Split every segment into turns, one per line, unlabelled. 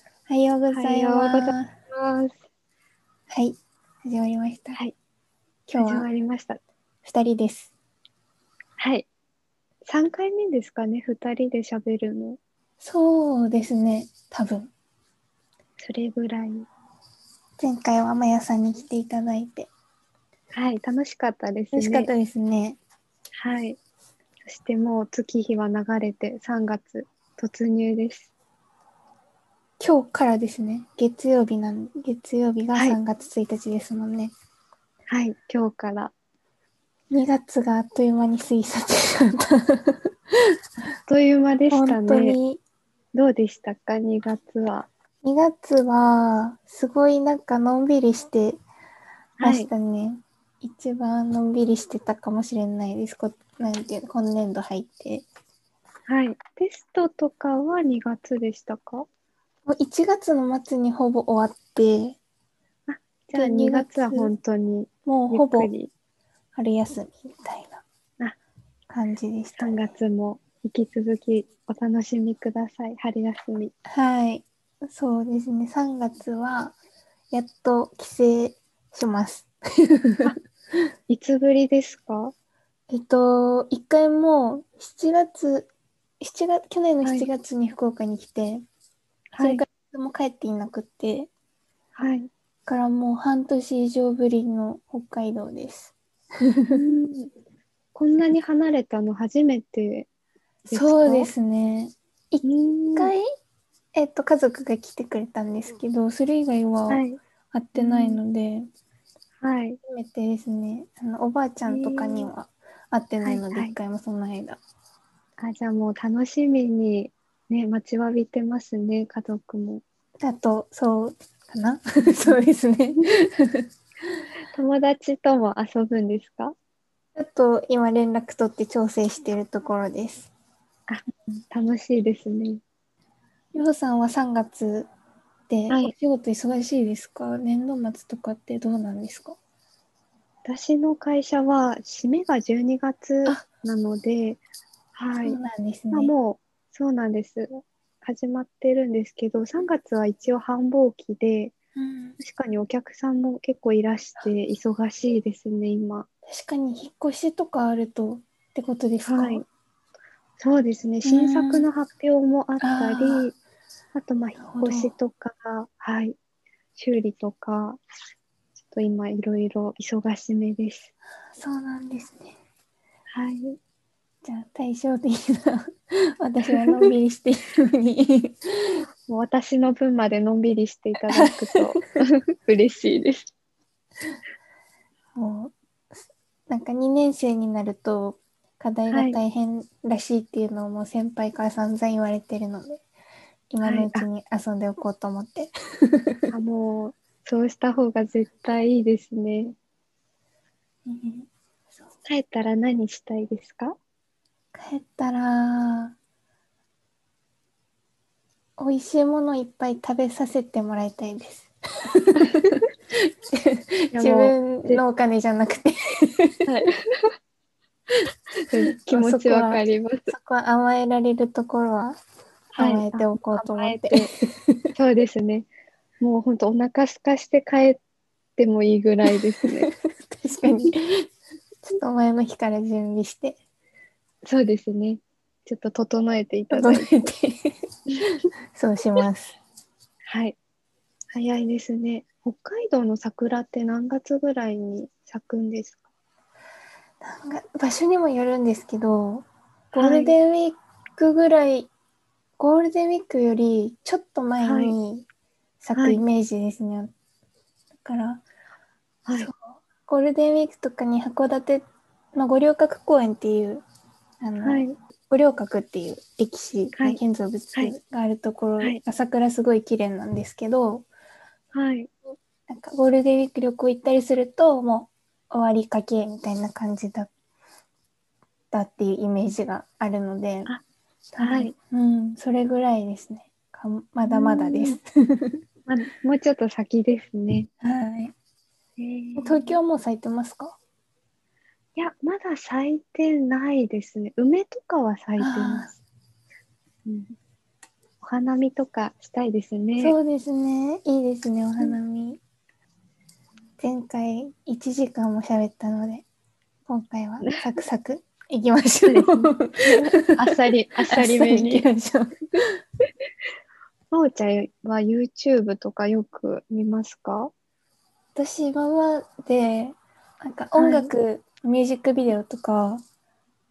ござい
おはようご
ます。
ざい
は
ます。
い、始まりました。
はい
今
始
日
ま
は
りました。
二人です。
はい。三回目ですかね、二人で喋るの。
そうですね、多分。
それぐらい。
前回はまやさんに来ていただいて。
はい、楽しかったですね。
楽しかったですね。
はい。そしてもう月日は流れて3月突入です。
今日からですね、月曜日なん、月曜日が
はい
3月1日ですもんね。
はい、今日から。
2月があっという間に過ぎ去ってしまった。
あっという間でした
本当
ね。
に。
どうでしたか、2月は。
2月は、すごいなんかのんびりしてま
はい
し。たね。一番のんびりしてたかもしれないです。こなんていうの今年度入って。
はい。テストとかは2月でしたか
もう1月の末にほぼ終わって、
じゃあ
じゃあ2
2
月
月は本当に
もう
ゆ
ほ
っ
ぼ
くり。
春休みみたいな
あ
感じでした、
3
ね。
月も引き続きお楽しみください。春休み。
はい。そうですね。3月は、やっと帰省します。
いつぶりですか
えっと、一回もう7月、7月、去年の
はい
7月に福岡に来て、そ
は
れ
い
か。ら一度も帰っていなくて、
はい。
からもう半年以上ぶりの北海道です。
うんこんなに離れたの初めてですか
そうで。すね。
一
一回、えっと、家族が来てくれたんですけど、それ以外は
は
会
い。
ってないので、
はい。
初めてですねあの、おばあちゃんとかには会ってないの
はい
で、
はい
一回もその間。
あ、じゃあもう楽しみにね、待ちわびてますね、家族も。
あと、そうかな そうですね。
友達とも遊ぶんですか
ちょっと今連絡取って調整してるところです。
楽しいですね。
りょうさんは3月で
はい
お仕事忙しいですか、年度末とかってどうなんですか
私の会社は締めが12月
あ
なので、はい
そう。なんですね。
まあ、もうそうなんです始まってるんですけど3月は一応繁忙期で
うん
確かにお客さんも結構いらして忙しいですね今
確かに引っ越しとかあるとってことですか、
はいそうですね新作の発表もあったり、
あー
あとまあ
なるほど
引っ越しとかはい修理とかちょっと今いろいろ忙しめです
そうなんですね。
はい
じゃあ対照的な 私はのんびりしているのに
もう私の分までのんびりしていただく と嬉しいです
もうなんか2年生になると課題が大変らしいっていうのをもう先輩から散々言われてるので今のうちに遊んでおこうと思って、
あもうそうした方が絶対いいですね。
うんそう
帰ったら何したいですか？
帰ったら美味しいものいっぱい食べさせてもらいたいです。
いや
自
も
分のお金じゃなくて
うはいうん気持ちわかります。
そこは甘えられるところは甘えておこうと
甘
思
え
って、
て。そうですね。もう本当お腹空かして帰ってもいいぐらいですね。
確かにちょっと前の日から準備して
そうですね。ちょっと整えていただい
届
て。
いて そうします
はい。早いですね。北海道の桜って何月ぐらいに咲くんですか？
なんか場所にもよるんですけどゴールデンウィークぐらい、ゴールデンウィークよりちょっと前に咲
は
く
い
イメージですね、だから
はい。
そうゴールデンウィークとかに函館の五稜郭公園っていうあの、
はい。
五稜郭っていう歴史
は
の
い
建造物
はい
があるところ、
はい
桜すごい綺麗なんですけど
はい。
なんかゴールデンウィーク旅行行ったりするともう終わりかけみたいな感じだだっていうイメージがあるので
あ
多分
はい
うん、それぐらいですねかまだまだです。
まあ、もうちょっと先ですね。
はい、
東
東京もう咲いてますか
いや、まだ咲いてないですね。梅とかは咲いてます。うん、お花見とかしたいですね。
そうですね。いいですね、お花見。前回1時間も喋ったので、今回はサクサクいきましょう。
あっさり、あっさりめ
行
に。
きましょう。
まおちゃんは YouTube とかよく見ますか
私今までなんか音楽、ミュージックビデオとか、
は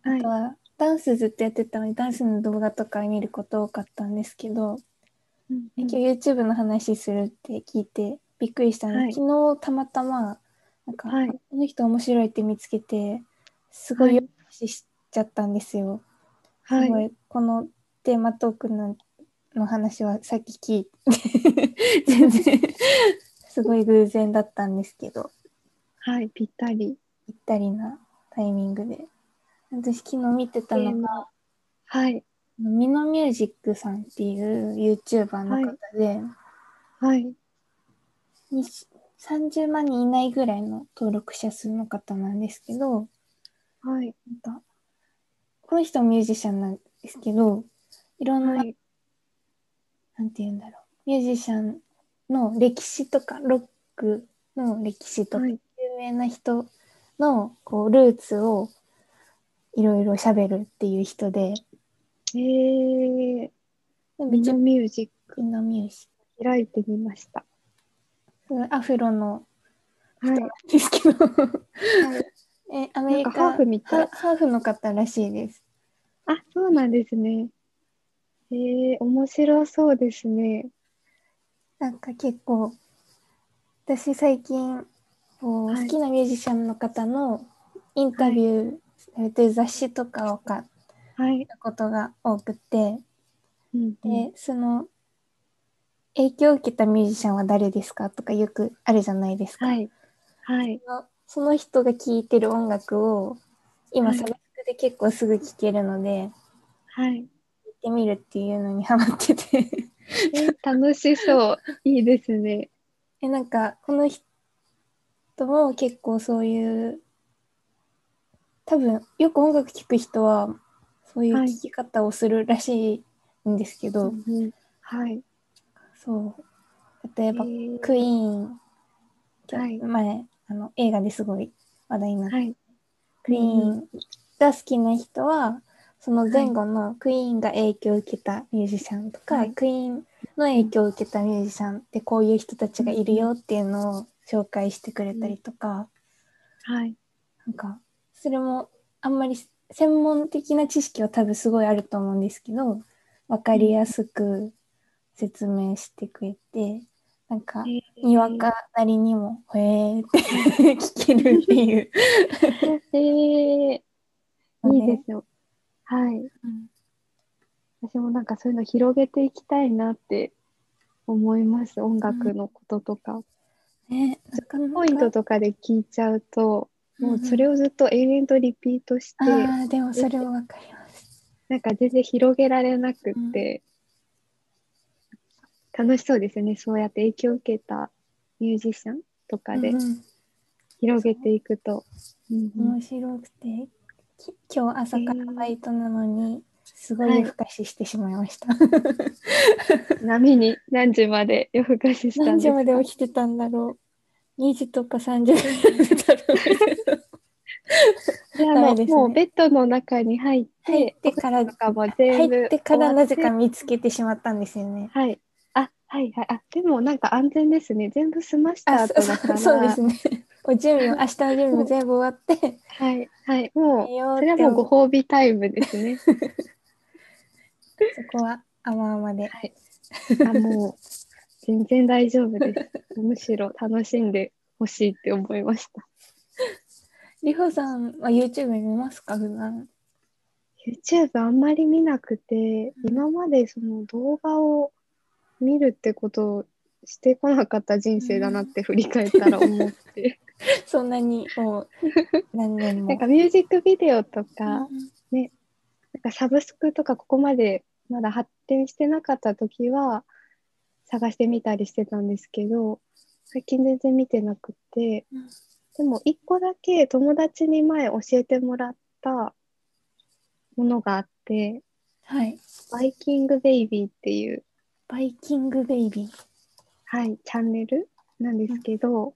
あとはダンスずっとやってたのでダンスの動画とか見ること多かったんですけど、今日 YouTube の話するって聞いてびっくりしたので、
はい
昨日たまたまなんか、
はい
この人面白いって見つけてすごいよく話しちゃったんですよ。
は
すご
い。
いこのテーマトークのの話はさっき聞いて 全然すごい偶然だったんですけど
はい、ぴったり。
ぴったりなタイミングで私昨日見てた
テー
のが
マはい、
ミノミュージックさんっていう YouTuber の方で、
はい、
に30万人いないぐらいの登録者数の方なんですけど
はい、
なんかこの人もミュージシャンなんですけどいろんな、
はい、
なんて言うんだろうミュージシャンの歴史とかロックの歴史とか、
はい、
有名な人のこうルーツをいろいろ喋るっていう人で
えー、ミ
別
ノ
に
ミュージック
のミュージ
開いてみました。
ックアフロの
はい、
ですけど
は い
えアメ
な
リ
んか
カ
ハーフみた
ハ。
い
ハーフの方らしいです
あ、そうなんですね。えー、面白そうですね。
なんか結構私最近こう、
はい
好きなミュージシャンの方のインタビューされてる雑誌とかを買っ
はい、
たことが多くて
うん
で、その影響を受けたミュージシャンは誰ですかとかよくあるじゃないですか、
はい、はい、
そのその人が聴いてる音楽を今
はい
サブスクで結構すぐ聴けるので
はい。
聴いてみるっていうのにハマってて
えー楽しそう。いいですね。
えなんかこの人も結構そういう多分よく音楽聴く人はそういう
はい
聴き方をするらしいんですけど、
うんはい。
そう例えば
えー
クイーン、
はい
前あの映画ですごい話題になった、
はい。
クイーンが好きな人はその前後のクイーンが影響を受けたミュージシャンとか、
はい
クイーンの影響を受けたミュージシャンってこういう人たちがいるよっていうのを紹介してくれたりとか、
はい。
なんかそれもあんまり専門的な知識は多分すごいあると思うんですけど分かりやすく説明してくれてなんか
えー
にわかなりにも「へえ」って 聞けるっていう。
えー、いいですよ。はい。
うん
私もなんかそういうの広げていきたいなって思います。音楽のこととか。
ね、なかなか
ポイントとかで聞いちゃうと、もうそ
を
れをずっと永遠とリピートして、
ああでもそれもわかります。
なんか全然広げられなくって、楽しそうですよね。そうやって影響を受けたミュージシャンとかで
うんうん
広げていくと。うんうん
面白くてき今日朝からバイトなのにすごい
はい
夜更かししてしまいました。
波に何時まで夜更かしした
何
んです
時
か
まで起きてたんだろう。2時とか3時ぐらいだった ので
い
ダ
や
メ
もう
ですね
もうベッドの中に入って、
入ってから
とかも全部
入ってからなぜ
終
か
わ
見つけてしまったんですよね
っ。てはいあはいはいあでもなんか安全ですね全部済ました
あ、そ
後だ か
そ
ら
そうですね。お準 備も明日の準備も全部終わって、
はいはいも
寝
う
ようっ
そ
て
れはもうご褒美タイムですね
そこは甘々で。
はいあもう全然大丈夫 ですむしろ楽しんでほしいって思いました
りほさんは YouTube 見ますか普段。
YouTube あんまり見なくて今までその動画を見るってことをしてこなかった人生だなって振り返ったら思って
そんなにもう何年 も。
なんかミュージックビデオとか、
う
なん
ん
かサブスクとかここまでまだ発展してなかった時は探してみたりしてたんですけど、最近全然見てなくて、
うん
でも一個だけ友達に前教えてもらったものがあって、
はい。
バイキングベイビーっていう、
バイキングベイビー。
はい、チャンネルなんですけど、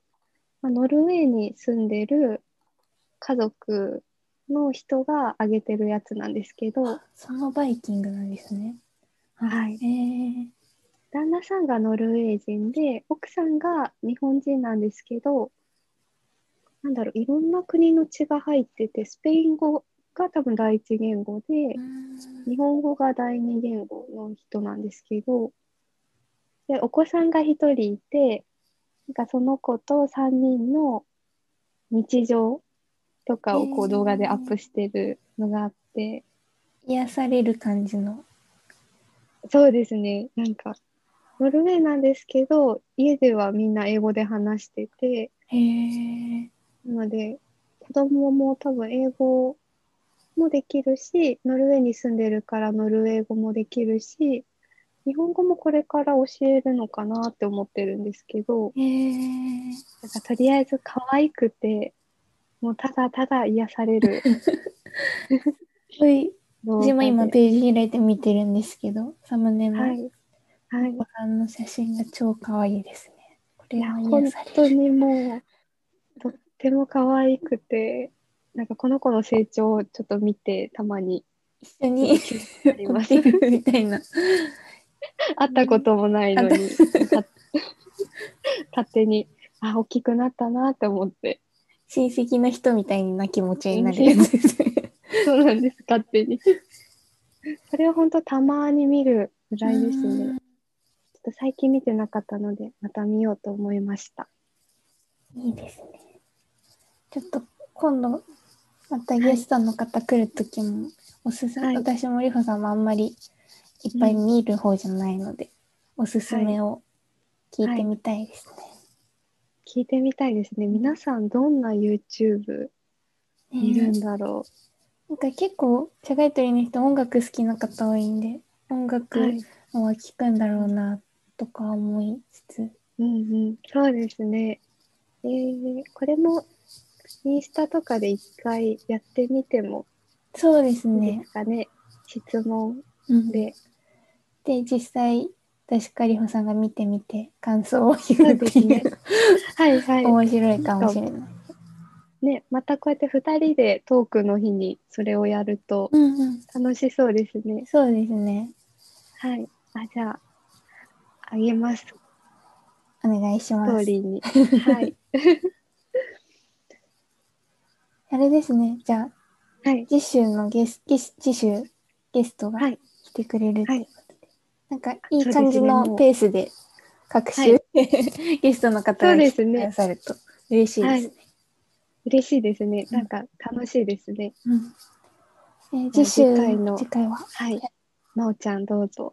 まあ、ノルウェーに住んでる家族の人が上げてるやつなんですけど、
そのバイキングなんですね。
はい
えー、
旦那さんがノルウェー人で、奥さんが日本人なんですけど、なんだろう、いろんな国の血が入ってて、スペイン語が多分第一言語で、日本語が第二言語の人なんですけど、でお子さんが一人いて、なんかその子と3人の日常とかを
へ
こう
ー
動画でアップしてるのがあって、
癒される感じの。
そうですね、なんか、ノルウェーなんですけど、家ではみんな英語で話してて、
へえ。
なので、子供も多分英語もできるし、ノルウェーに住んでるからノルウェー語もできるし、日本語もこれから教えるのかなって思ってるんですけど、
へえ。
なんかとりあえず可愛くて、もうただただ癒される
はい。
動画
私も今
で。
ページ開いて見てるんですけど、サムネの
は
お
い。はい。
子さんの写真が超可愛いですね。こ
い
れ
や、
は
本
癒さ
当
れる。
にもう、とっても可愛くて、なんかこの子の成長をちょっと見て、たまに
一緒 に
あ ります。
見てるみたいな。
会ったこともないのに、勝勝手に、あ、大きくなったなって思って、
親戚の人みたいな気持ちになるやつですね。
そうなんです、勝手に。それは本当たまに見るぐらいですね。ちょっと最近見てなかったので、また見ようと思いました。
いいですね。ちょっと今度またゲストの方来る時も、おすすめ、
はい
私もりほさんもあんまりいっぱい見る方じゃないので、おすすめを聞いてみたいですね。
聞いてみたいですね。皆さんどんな YouTube 見る
ね
んだろ
なんか結構社外取りの人音楽好きな方多いんで音
う。
楽
はい。
は聞くんだろうなとか思いつつ、
うんうん。そうですね。えー、これもインスタとかで一回やってみても
そうです
いいで
ね。
すかね。質問
うんで
で。
実際確かりほさんが見てみて感想を
そ
言う
う
って
です
いう
ね。はいは
面白いかもしれない。
い。ね、またこうやって二人でトークの日にそれをやると
うんうん。
楽しそうですね。
そうですね。
はい。あ、じゃあ、あげます。
お願いし
スト
ま
ー
す。
リーに。はい。
あれですね。じゃあ、
はい。
次週のゲス、ゲス、次週ゲストが
はい
来てくれるって
は
いう
い
ことで。なんか、いい
そうですね
感じ
も
の
う
ペースで、各週、
は
ゲストの方が
そうで
来
す
てく
ね
ださると嬉しいですね。
はい嬉しいですね。
うん
なんか楽しいですね。
うんえー次週、
次回の
次回は
はい。まおちゃんどうぞ。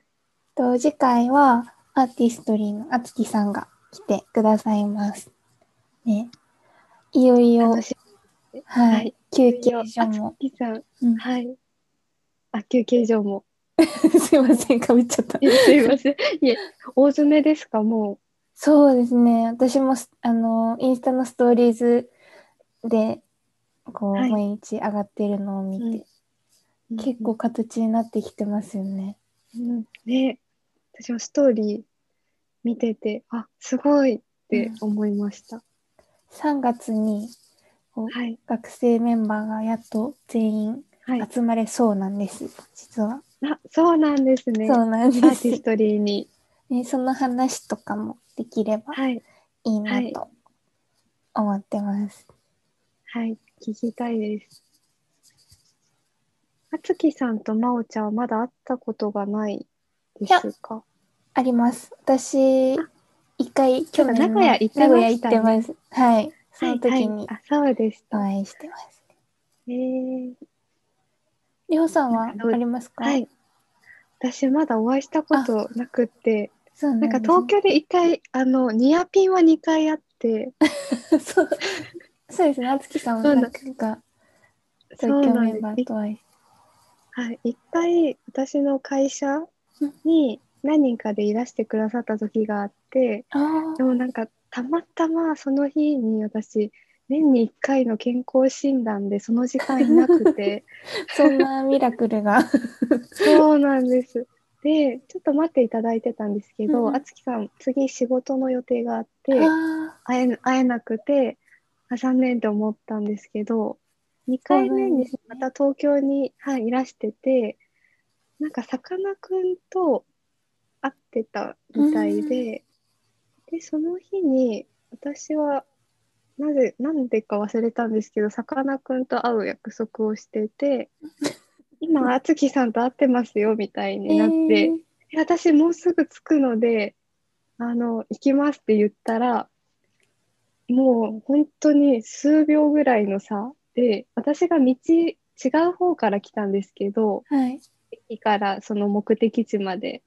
と次回はアーティストリーのあつきさんが来てくださいます。ね、いよいよ
楽、し
はい、
はい
休
みよ
憩所も。
あつきさん。
うん
はい。あ、休憩所も。
すいません、かぶっちゃった
い。やすいません。いえ、大詰めですか、も
そうですね、私もすあのインスタのストーリーズでこう、
はい
毎日上がってるのを見て、
う。
結構形になってきてますよね。
うん。ね。私もストーリー見てて、あ、すごいって思いました。
3月にうん
はい。
学生メンバーがやっと全員
はい。
集まれそうなんです、実は。
あ、そうなんですね。
そ
ア
うなん
ーテ
で
ィ
す
ス。トリーに。
ね、その話とかもできれば
はい。
いいな
はい
と思ってます。
はい。聞きたいです。あつきさんとまおちゃんはまだ会ったことがないですか
あります。私、一回、去年の
名古屋行ってましたね
名古屋行ってます。はい。そ
は
の
い
時に
はい、あそうでし
お
た。
会いしてます。
えー、
りほさんは
なんかどう
ありますか
は。い。私まだお会いしたことなくて、
そう
なんか
ですね
東京で一回、あの、ニアピンは2回あって、
そうそうですね。あつきさんも
そう
な
なんん
か、
そ
東
う
京
な
メ
ん
ンバ
で
ー
す。
とお会いし
はい、一回私の会社に何人かでいらしてくださった時があって、
あ
でもなんかたまたまその日に私年に1回の健康診断でその時間いなく て
そんなミラクル が。
そうなんです。でちょっと待っていただいてたんですけ
う
ど、
ん
あつきさん次仕事の予定があって
あ
会え会えなくてあ残念と思ったんですけど2回目に
そう
また東京に、はい、いらしててなんかさかなクンと会ってたみたいで、でその日に私はなぜなんでか忘れたんですけどさかなクンと会う約束をして て今敦貴さんと会ってますよみたい
ー
になって。
えー
え私もうすぐ着くのであの行きますって言ったらもう本当に数秒ぐらいの差で私が道違う方から来たんですけど
はい。
駅からその目的地まで。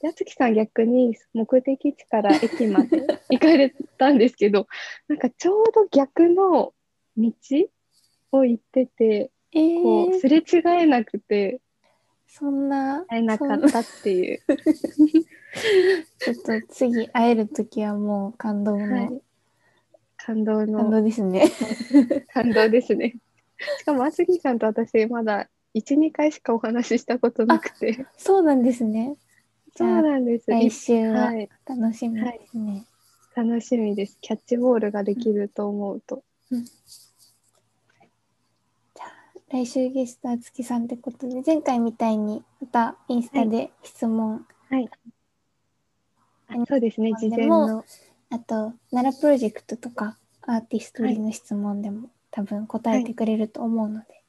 で敦貴さん逆に目的地から駅 まで行かれたんですけどなんかちょうど逆の道を行ってて
えー
こうすれ違えなくて
そんな、
会えなか
そん
っ
な
たっていう
ちょっと次会えるときはもう感動の、
はい感動 の
感動ですね。
感動ですね。しかも、あつぎさんと私、まだ1、2回しかお話ししたことなくて。
そうなんですね。じ
そう
ゃあ
なんです。
来週は
はい、
楽しみですね。
楽しみです。キャッチボールができると思うと。
来週ゲストは月さんってことで前回みたいにまたインスタで質問、
あそうですね、事前
で
の。
あと奈良プロジェクトとかアーティストリーの質問でも多分答えてくれると思うので、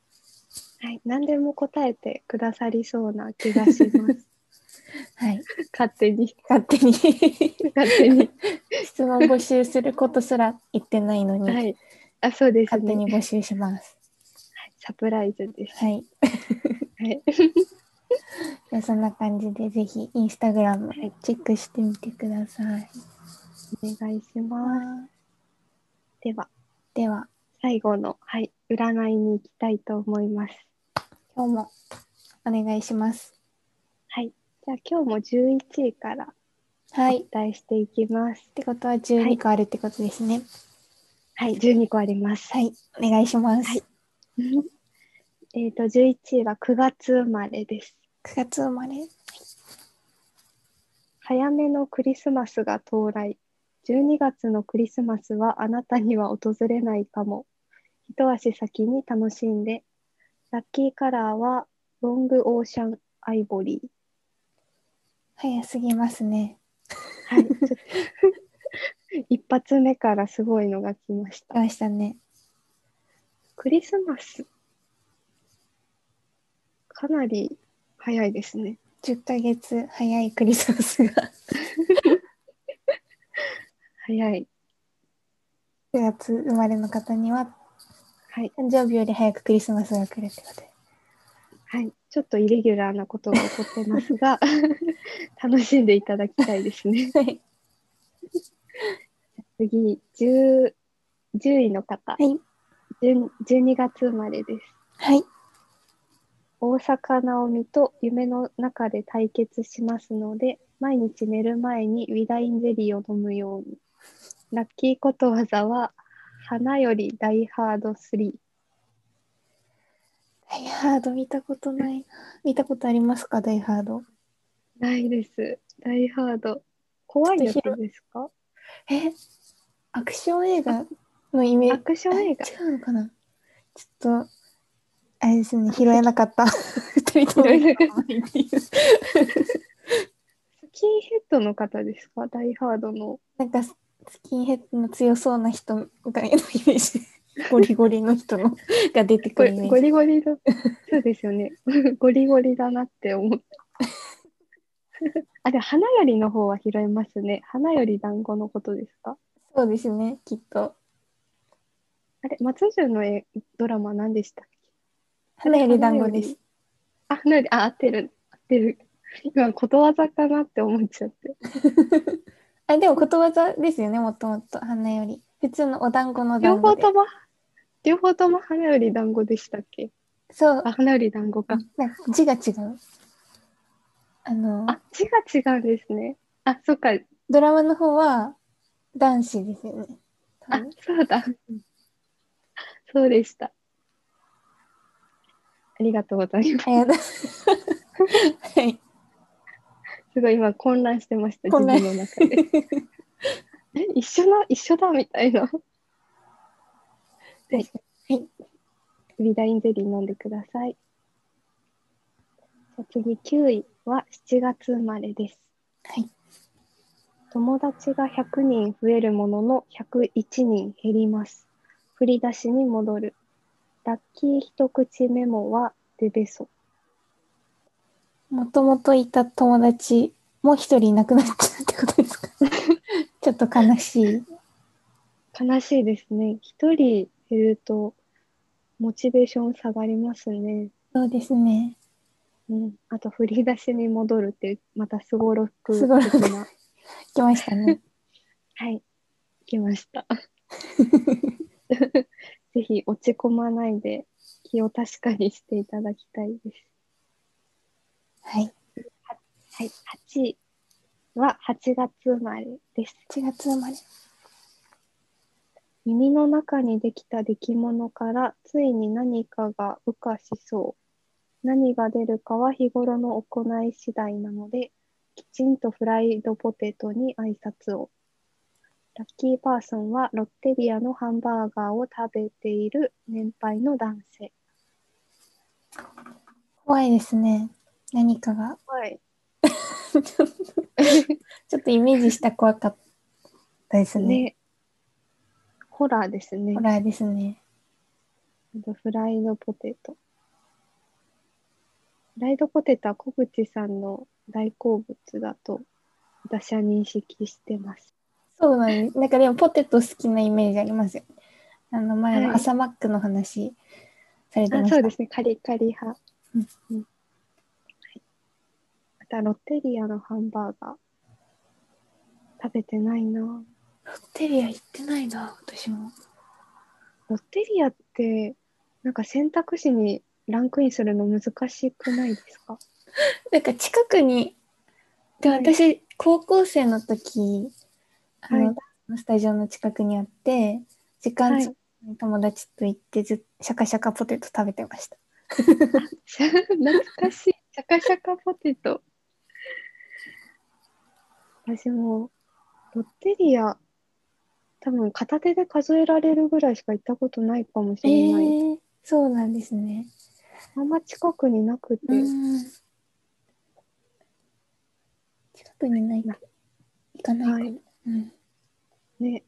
はい、何でも答えてくださりそうな気がし ます。
はい、
勝手に、
勝手に
勝手に。
質問募集することすら言ってないのに、
はい。あ、そうです
勝手
ね。
に募集します。
サプライズです。
はい、
はい。
じゃあそんな感じでぜひインスタグラムチェックしてみてください。
お願いしま
は
す。
い
では、
では
最後の、はい、占いに行きたいと思います。
今日もお願いします。
はい。じゃあ、今日も11位から
はい、っ
お伝えしていきます。
てことは12個あるってことですね。
はい、12個あります。
はい、お願いします。
はい えっと、11位は9月生まれです。
9月生まれ。
早めのクリスマスが到来。12月のクリスマスはあなたには訪れないかも。一足先に楽しんで。ラッキーカラーはロングオーシャンアイボリー。
早すぎますね。
はい、ちょっと 一発目からすごいのが来ました
来。ましたね。
クリスマス。かなり早いですね。
10ヶ月早いクリスマスが
早い。
9月生まれの方には
はい。
誕生日より早くクリスマスが来るってことで。
はい、ちょっとイレギュラーなことが起こってますが楽しんでいただきたいですね。
はい。
次 10, 10位の方、
はい。
10 12月生まれです。
はい。
大坂なおみと夢の中で対決しますので毎日寝る前にウィダインゼリーを飲むように。ラッキーことわざは花よりダイハード3。
ダイハード見たことないな。見たことありますか、ダイハード。
ないです。ダイハード。怖いやつですか
えアクション映画のイメー
ア
ジ。
クション映画。
あ違うのかなちょっと、あれですね、拾えなか った。二人とも
拾えなかっ
前に
スキンヘッドの方ですかダイハードの。
なんかススキンヘッドの強そうな人みたいなイメージ ゴリゴリの人のが出て
ゴ
くるイメ
リ
ー
ゴ
ジ
リゴリだ。そうですよね。 ゴリゴリだなって思った。 あ、でも花よりの方は拾えますね。花より団子のことですか
そうですねきっと
あれ、松潤のえドラマ何でしたっけ
花より団子です。
あ、花より、あ、合ってる。合ってる。今、ことわざかなって思っちゃって。
あでもことわざですよねもともと花より普通のお団子の
両
団子
方
で
とも、両方とも花より団子でしたっけ
そう
あ、花より団子か。
なんか字が違うあの
あ、字が違うんですね。あ、そっか。
ドラマの方は男子ですよね多
あ
分、
そうだ。 そうでした。ありがとうございます。
ありがとう はい。
すごい今混乱してました、自
混乱
分の中で。 え一緒な、一緒だみたい な。
はい
ビダインゼリー飲んでください。じゃあ次、9位は7月生まれです。
はい。
友達が100人増えるものの101人減ります。振り出しに戻る。ラッキー一口メモはデベソ。
もともといた友達も一人いなくなっちゃうってこと ですかちょっと悲しい。
悲しいですね。一人減ると、モチベーション下がりますね。
そうですね。
うん。あと、振り出しに戻るっていう、またすごろく
すごろく
的な。
来ました ね。
はい、来 ました。ぜひ落ち込まないで気を確かにしていただきたいです。
はい。
はい、8位は8月生まれです。
1月生まれ。
耳の中にできた出来物からついに何かが羽化しそう。何が出るかは日頃の行い次第なので、きちんとフライドポテトに挨拶を。ラッキーパーソンはロッテリアのハンバーガーを食べている年配の男性。
怖いですね。何かが。
はい。
ちょっとイメージした怖かったですね。
ね。ホラーですね
ホ。ラーですね。
フライドポテト。フライドポテトは小口さんの大好物だと私は認識してます。
そうなんです。なんかでもポテト好きなイメージありますよね。あの前
は
の
い
朝マックの話されてま
あ
した。
そうですね、カリカリ派。
うん
うんはいまたロッテリアのハンバーガー。食べてないな。
ロッテリア行ってないな、私も。
ロッテリアってなんか選択肢にランクインするの難しくないですか
なんか近くに、で
はい
私、高校生の時、あの、
はい
スタジオの近くにあって、時間
はい
つ友達と行ってずっ、シャカシャカポテト食べてました。
懐かしい。シャカシャカポテト。私も、ロッテリア、多分片手で数えられるぐらいしか行ったことないかもし
え
れない。
ー、そうなんですね。
あんま近くになくて、
うん。近くにないか行かないかも、
はい
うん。
ね。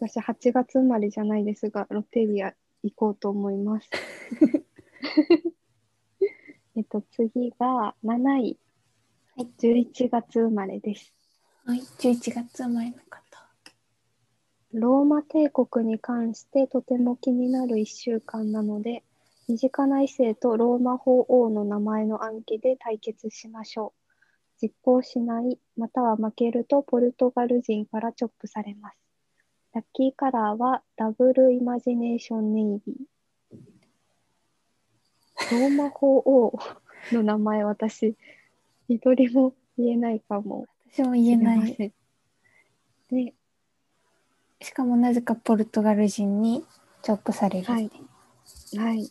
私8月生まれじゃないですが、ロッテリア行こうと思います。 えっと、次が7位。
はい
11月生まれです。
はい、11月生まれの方。
ローマ帝国に関してとても気になる1週間なので、身近な異性とローマ法王の名前の暗記で対決しましょう。実行しない、または負けるとポルトガル人からチョップされます。ラッキーカラーはダブルイマジネーションネイビー。ローマ法王の名前、私、一人も言えないかも
私も言えな
しれま
い。
せん。ね、
しかもなぜかポルトガル人にチョップされる。
はい。はい。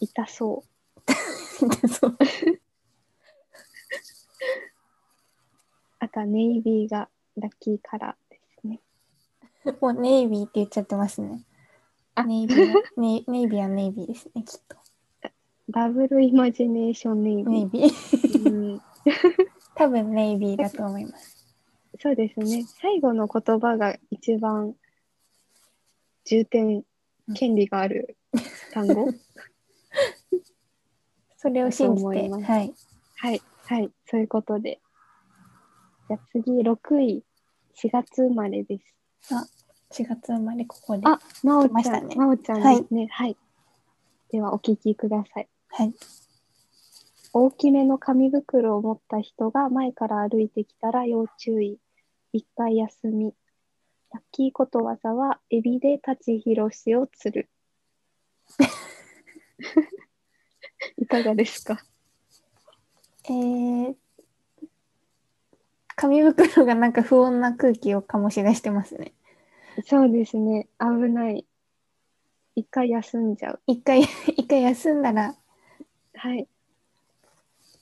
痛そう。
そう。
あとはネイビーがラッキーカラーですね。
もうネイビーって言っちゃってますね。
あ
ネイビーはネイネイビーはネイビーですね、きっと。
ダブルイマジネーションネイビー。
ネイビー。
うん、
多分ネイビーだと思います。
そうですね。最後の言葉が一番重点、権利がある単 語。
それを信じて、
だと思います
はい。
はい。はい。そういうことで。じゃあ次、6位。4月生まれです。
4月生まれここで。
あ、まお
来まし
ちゃ
た
ん、
ね
まおちゃんですね。はい。では、お聞きください。
はい。
大きめの紙袋を持った人が前から歩いてきたら要注意。一回休み。ラッキーことわざは、エビで舘ひろしを釣 る。いかがですか
えー、紙袋がなんか不穏な空気を醸し出してますね。
そうですね。危ない。一回休んじゃう。
一回、 一回休んだら、
はい。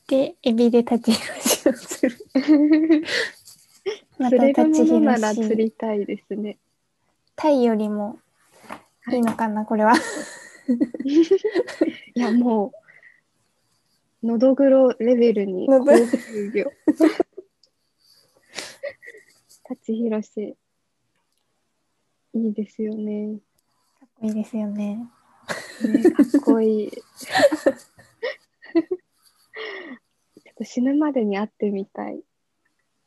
で、エビで立ち広しをす る。
釣
また
れる
立ち
ものな
広
ら釣
し。
りたいですね。
タイよりもいいのかな、これは。
いや、もう、のどぐろレベルに
の
高
ど
級魚。立ち広し、いいですよね。
いいですよね。
ね、かっこいい。ちょっと死ぬまでに会ってみたい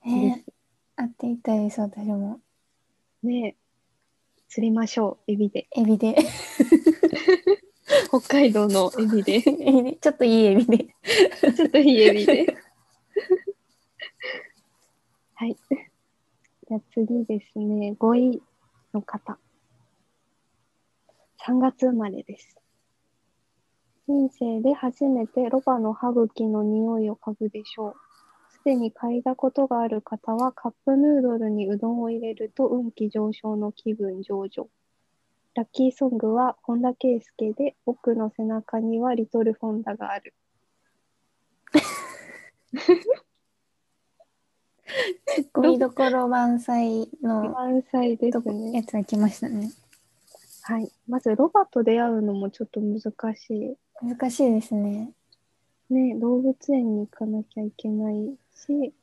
で
ね
す。
会っていたいです、私も。
ね釣りましょう、エビで。
エビで。
北海道のエビで。
エビでちょっといいエビで。
ちょっといいエビで。はい。じゃあ次ですね、5位の方。3月生まれです。人生で初めてロバの歯茎の匂いを嗅ぐでしょう。すでに嗅いだことがある方はカップヌードルにうどんを入れると運気上昇の気分上々。ラッキーソングは本田圭佑で僕の背中にはリトルフォンダがある。
ツッコミどころ満載の
満載です
とこ
ね
や。つが来ましたね。
はい。まず、ロバと出会うのもちょっと難しい。
難しいですね。
ね、動物園に行かなきゃいけないし、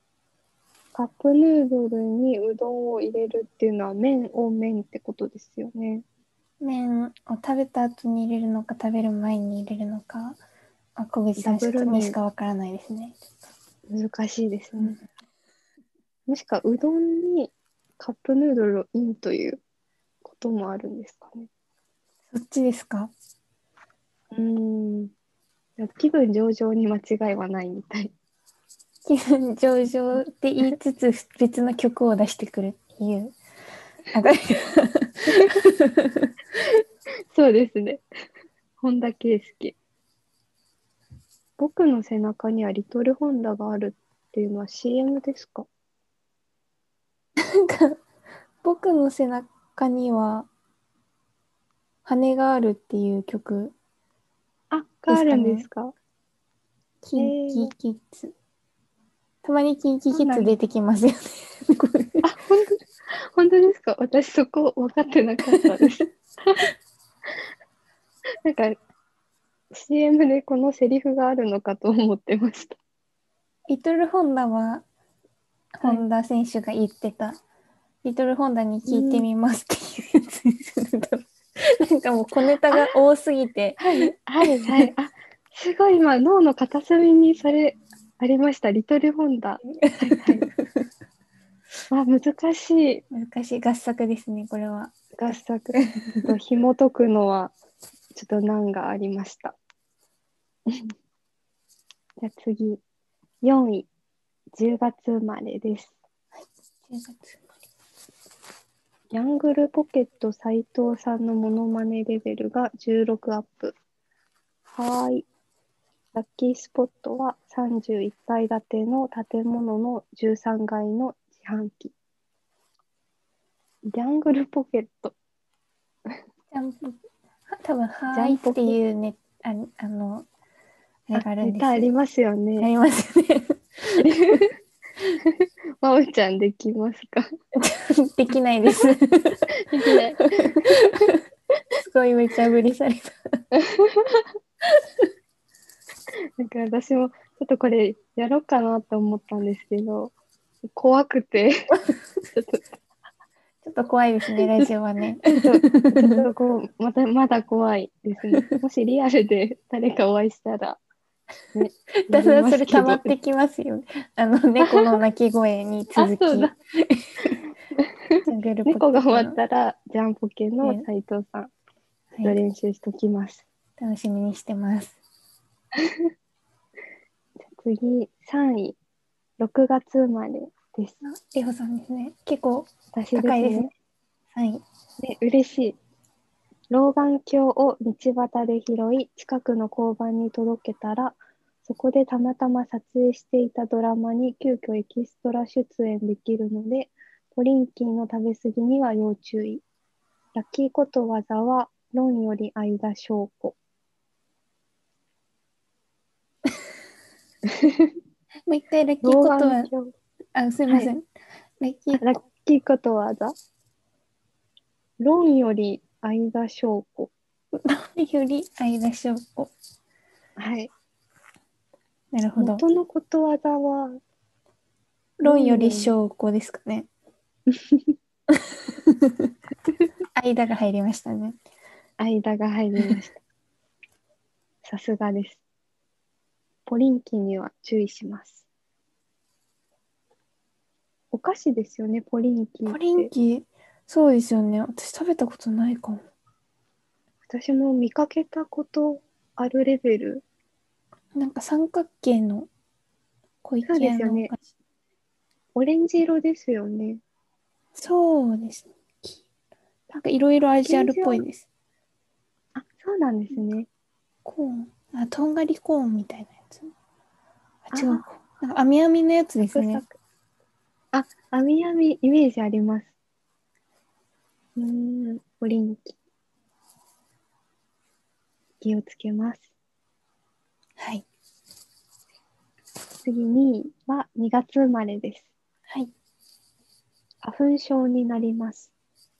カップヌードルにうどんを入れるっていうのは麺を麺ってことですよね。
麺を食べた後に入れるのか食べる前に入れるのか、あ小口さん
ダ
し
ブル
か
麺
にしかわからないですね。
難しいですね。もしか、うどんにカップヌードルをインということもあるんですかね。
そっちですか
うーん。気分上々に間違いはないみたい。
気分上々って言いつつ別の曲を出してくるっていう。あが
そうですね。本田圭佑。僕の背中にはリトルホンダがあるっていうのは CM ですか
なんか僕の背中には羽があるっていう曲、
あ、があるんですか
キン
へー
キキッズ。たまにキンキキッズ出てきますよね。
あ、本当です本当ですか私そこ分かってなかった です。なんか CM でこのセリフがあるのかと思ってました。
リトルホンダは、
はい
本田選手が言ってた、リトルホンダに聞いてみますっていうやつですよね多分なんかもう小ネタが多すぎて、
はい、はい、はい。あ、すごい今脳の片隅にそれありました。リトルホンダ。はい、 はい。あ、難しい。
難しい合作ですね、これは。
合作と紐解くのはちょっと難がありました。 じゃあ次、4位、10月生まれです。
10月
ジャングルポケット斉藤さんのモノマネレベルが16アップ。はーい。ラッキースポットは31階建ての建物の13階の自販機。ジャングルポケット。
ジャンプ、多分は
ジャ
ーい
ンポ
っ
ケ
ていうね、ああの、あれがあるんです
あ
よ。
りますよね。
ありますね。
まおちゃんできますか
できないです。す
できない。
ごい無茶ぶりされた。
なんか私もちょっとこれやろうかなと思ったんですけど、怖くて、ちょっと
ちょっと怖いですね、ラジオはね。
ちょっとちょっとこうまたまだ怖いですね。もしリアルで誰かお会いしたら、ね、
だんだんそれ溜
た
まってきますよ。あの、猫の鳴き声に続き。
あそうだ
ジャングルポケット
猫
の
が終わったらジャンポケの斉藤さん、ちょっと
はい
練習しときます。
楽しみにしてます。
次3位、6月生まれです。
りほさんですね。結構
私です
高いです
ね
ね。。はい。
ね、嬉しい。老眼鏡を道端で拾い、近くの交番に届けたら、そこでたまたま撮影していたドラマに急遽エキストラ出演できるので、トリンキーの食べ過ぎには要注意。ラッキーことわざは、論より愛だ証拠。
もう一回ラッキー
老
こと
眼
は、
鏡
あ、すいません。ラッキー
ラッキーことわざ。論より愛だ証拠。
より愛だ証拠。
はい。
なるほど。
元のことわざは、
論より証拠ですか ね。間が入りましたね。
間が入りました。さすがです。ポリンキーには注意します。お菓子ですよね、ポリンキーって。
ポリンキー、そうですよね。私食べたことないかも。
私も見かけたことあるレベル。
なんか三角形の小池
そうですよ
の
ね
お菓子。
オレンジ色ですよね。
そうですね。なんかいろいろアジアルっぽいです。
あ、そうなんですね。
コーン、あ、とんがりコーンみたいなやつ。あ、違う
あ。
なんか、あみあみのやつです
サ
ね。
クサクあ、あみあみ、イメージあります。うーん、ポリンキー。気をつけます。
はい。
次には2月生まれです。
はい。
花粉症になります。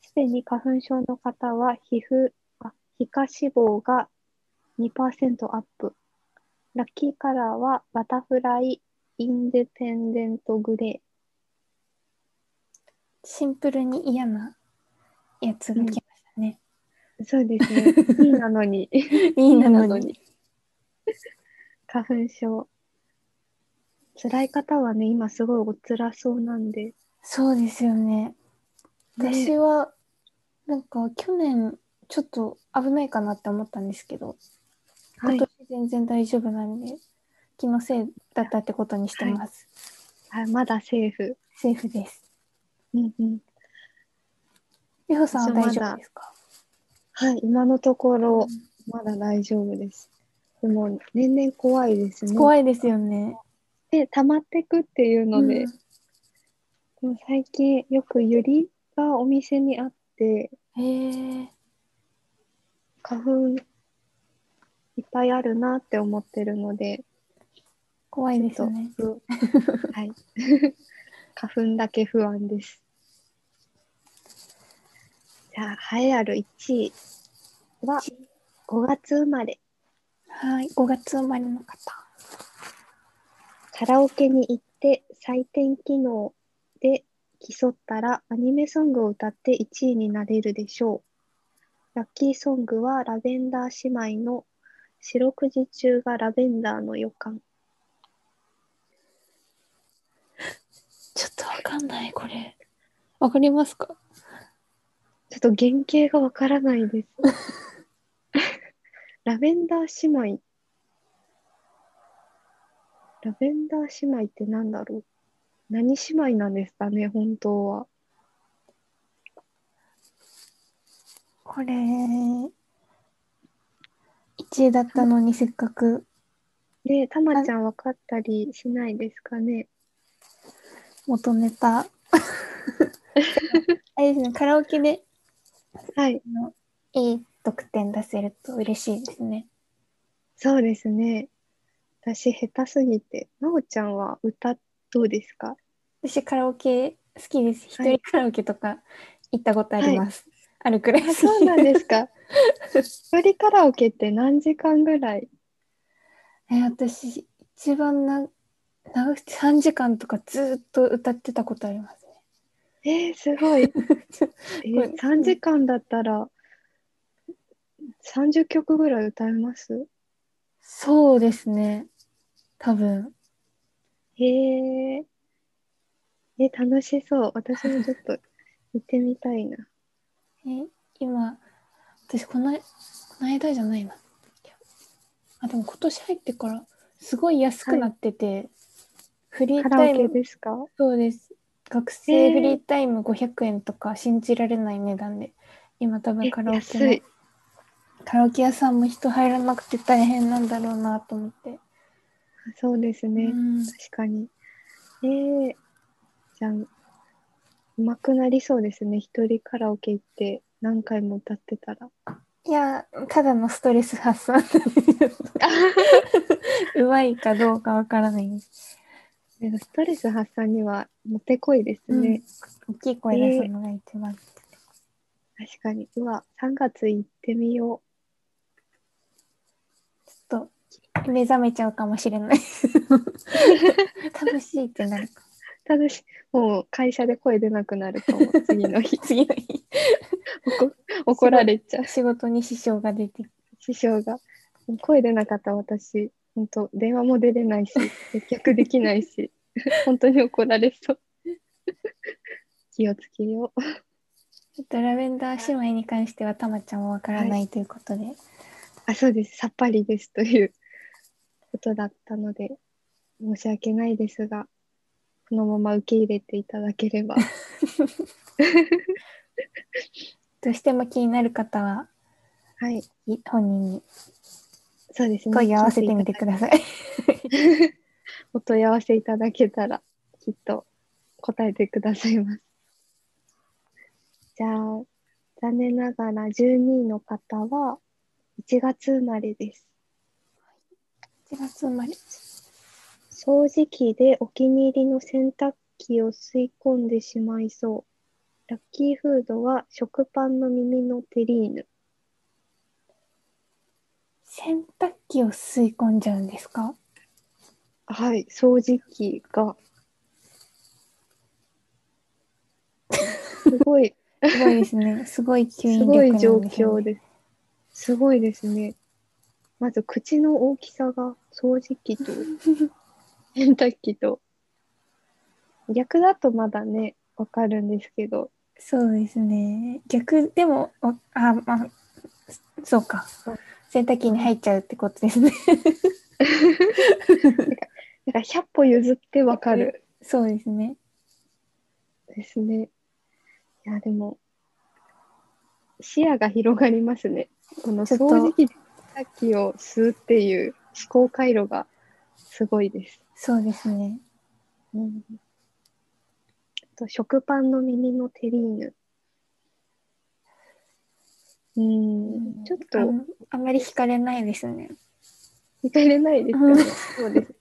すでに花粉症の方は皮膚、あ皮下脂肪が2%アップ。ラッキーカラーはバタフライ、インデペンデントグレ
シンプルに嫌なやつが来ましたね。
ー。そうですね。 いいなのに。
いいな
な
の
の
に。
に。花粉症。辛い方はね、今すごいお辛そうなんで。
そうですよね。
ね
私は、なんか去年ちょっと危ないかなって思ったんですけど、
はい
今。年全然大丈夫なんで、気のせいだったってことにしてます。
はい、まだセーフ。
セーフです。
うんうん。
りほさんは大
私
丈
はまだ
夫ですか
はい、今のところ、まだ大丈夫です。でも、年々怖いですね。
怖
い。
いですよね。
で、溜まってくっていうので、
うん
でも最近よくユリがお店にあって、
へえ。
花粉いっぱいあるなって思ってるの で、
怖いですよね。
うんはい。 花粉だけ不安です。じゃあ、栄えある1位は
一位
5月生まれ。
はい、5月生まれの方。
カラオケに行って採点機能で競ったらアニメソングを歌って1位になれるでしょう。ラッキーソングはラベンダー姉妹の四六時中がラベンダーの予感。
ちょっとわかんない、これ。わかりますか
ちょっと原型がわからないです。 ラベンダー姉妹。ラベンダー姉妹ってなんだろう何姉妹なんですかね、本当は。
これ、1位だったのにせっかく。
で、たまちゃん分かったりしないですかね。
元ネ タ。あれですね、カラオケで
はい、
あのいい得点出せると嬉しいですね。
そうですね。私、下手すぎて。なおちゃんは歌どうですか
私、カラオケ好きです。一
はい
人カラオケとか行ったことあります。あるくらい好き。
あそうな んですか。一人カラオケって何時間ぐらい
え私、一番な長くて3時間とかずっと歌ってたことありますね。
えー、すご い。え
これ
ー、3時間だったら30曲ぐらい歌えます
そうですね。多分。
へえ。え、楽しそう。私もちょっと行ってみたいな。
え今、私この、この間じゃないな。あ、でも今年入ってから、すごい安くなってて、フリ
カ
ー
ラ
タ
オ
イ
ケ
ム、
ですか
そうです。学
へ
生
ー
フリータイム500円とか信じられない値段で、今多分
え
カラオケ
安
の
い、
カラオケ屋さんも人入らなくて大変なんだろうなと思って。
そうですね。
うん
確かに。えー、じゃあ、うまくなりそうですね。一人カラオケ行って何回も歌ってたら。
いや、ただのストレス発散。 うまいかどうかわからないです。
でもストレス発散にはもってこいですね。
大きい声出すのが一番。
確かに。うわ、3月行ってみよ
ちょっと目覚めちゃうかもしれ ない。楽しいってなるか。。
う。楽しい。もう会社で声出なくなると思う。次の 日
次の日、
怒怒られちゃう。
仕事に支障が出てくる
師匠が。もう声出なかった私。本当電話も出れないし、接客できないし、本当に怒られそう。 気をつけよう。
ちょっとラベンダー姉妹に関してはたまちゃんもわからないということで、
あ、そうです。さっぱりですということだったので、申し訳ないですが、このまま受け入れていただ ければ。
どうしても気になる方は
はい。
い本人に
そうですね。
問い合わせてみてくださ い。
お問い合わせいただけたら、きっと答えてくださいます。じゃあ、残念ながら12位の方は、1月生まれです。
1月生まれ。
掃除機でお気に入りの洗濯機を吸い込んでしまいそう。ラッキーフードは食パンの耳のテリーヌ。
洗濯機を吸い込んじゃうんですか
はい、掃除機が。すご い、
すごいですね。すごい吸
す
引力
ご
なん
い
です
状
よね
況です。すごいですね。まず口の大きさが掃除 機と洗濯機と。逆だとまだね、わかるんですけど、
そうですね。逆でも、おあ、まあ、そうか
そう。
洗濯機に入っちゃうってことですね。
なんか100歩譲ってわかる
そうですね。
ですね。いや、でも、視野が広がりますね。この
ちょっと
掃除機で洗濯機を吸うっていう思考回路がすごいです。
そうですね。
うん、あと食パンの耳のテリーヌ。うん、ちょっと
あんあんまり惹かれないですね。
見かれないですよね。そう です。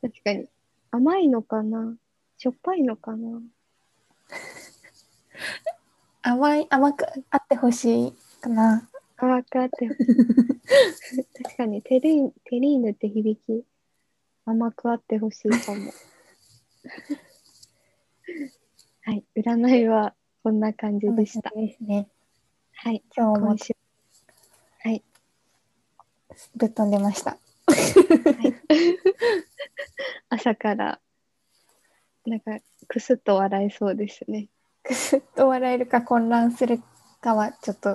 確かに。甘いのかなしょっぱいのかな
甘い、甘くあってほしいかな。
あ、わかって ほしい。確かにテリー、テリーヌって響き、甘くあってほしいか も。はい、占いはこんな感じでした。
ですね。
はい、
今日も
今週。
ぶっ飛んでました。
朝から、なんか、くすっと笑えそうですね。
くすっと笑えるか混乱するかはちょっと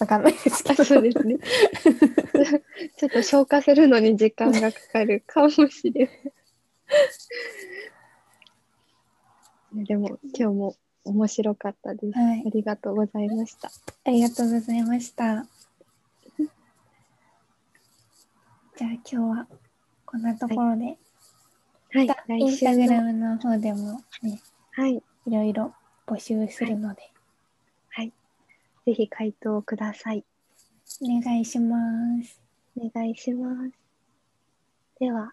わかんないですけ
あ
ど。
そうですね。 ちょっと消化するのに時間がかかるかもしれ ない。ねでも、今日も面白かったです。
はい
あ。りがとうございました。
ありがとうございました。じゃあ今日はこんなところで、
はい、
またイン
来
スタ
週
グラ
の、
ムの方でもね、
はい、
いろいろ募集するので、
ぜひ回答ください。
お願いします。
お願いします。では、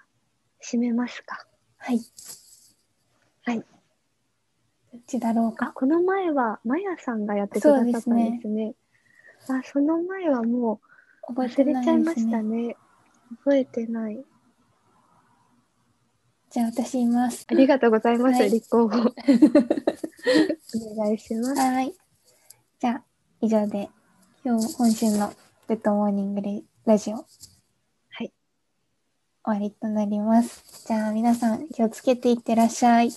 締めますか。
はい。
はい
どっちだろう
あ
か。
この前はマヤさんがやってくださったんですね。あその前はもう
覚えて
忘れ
ない
ちゃい
で
ますした
ね。
ね。覚えてない。
じゃあ私言います。
ありがとうございます。
はい
立候補。 お願いします。
はい。じゃあ以上で、今日今週のグッドモーニングレラジオ
はい。
終わりとなります。じゃあ皆さん気をつけていってらっしゃい。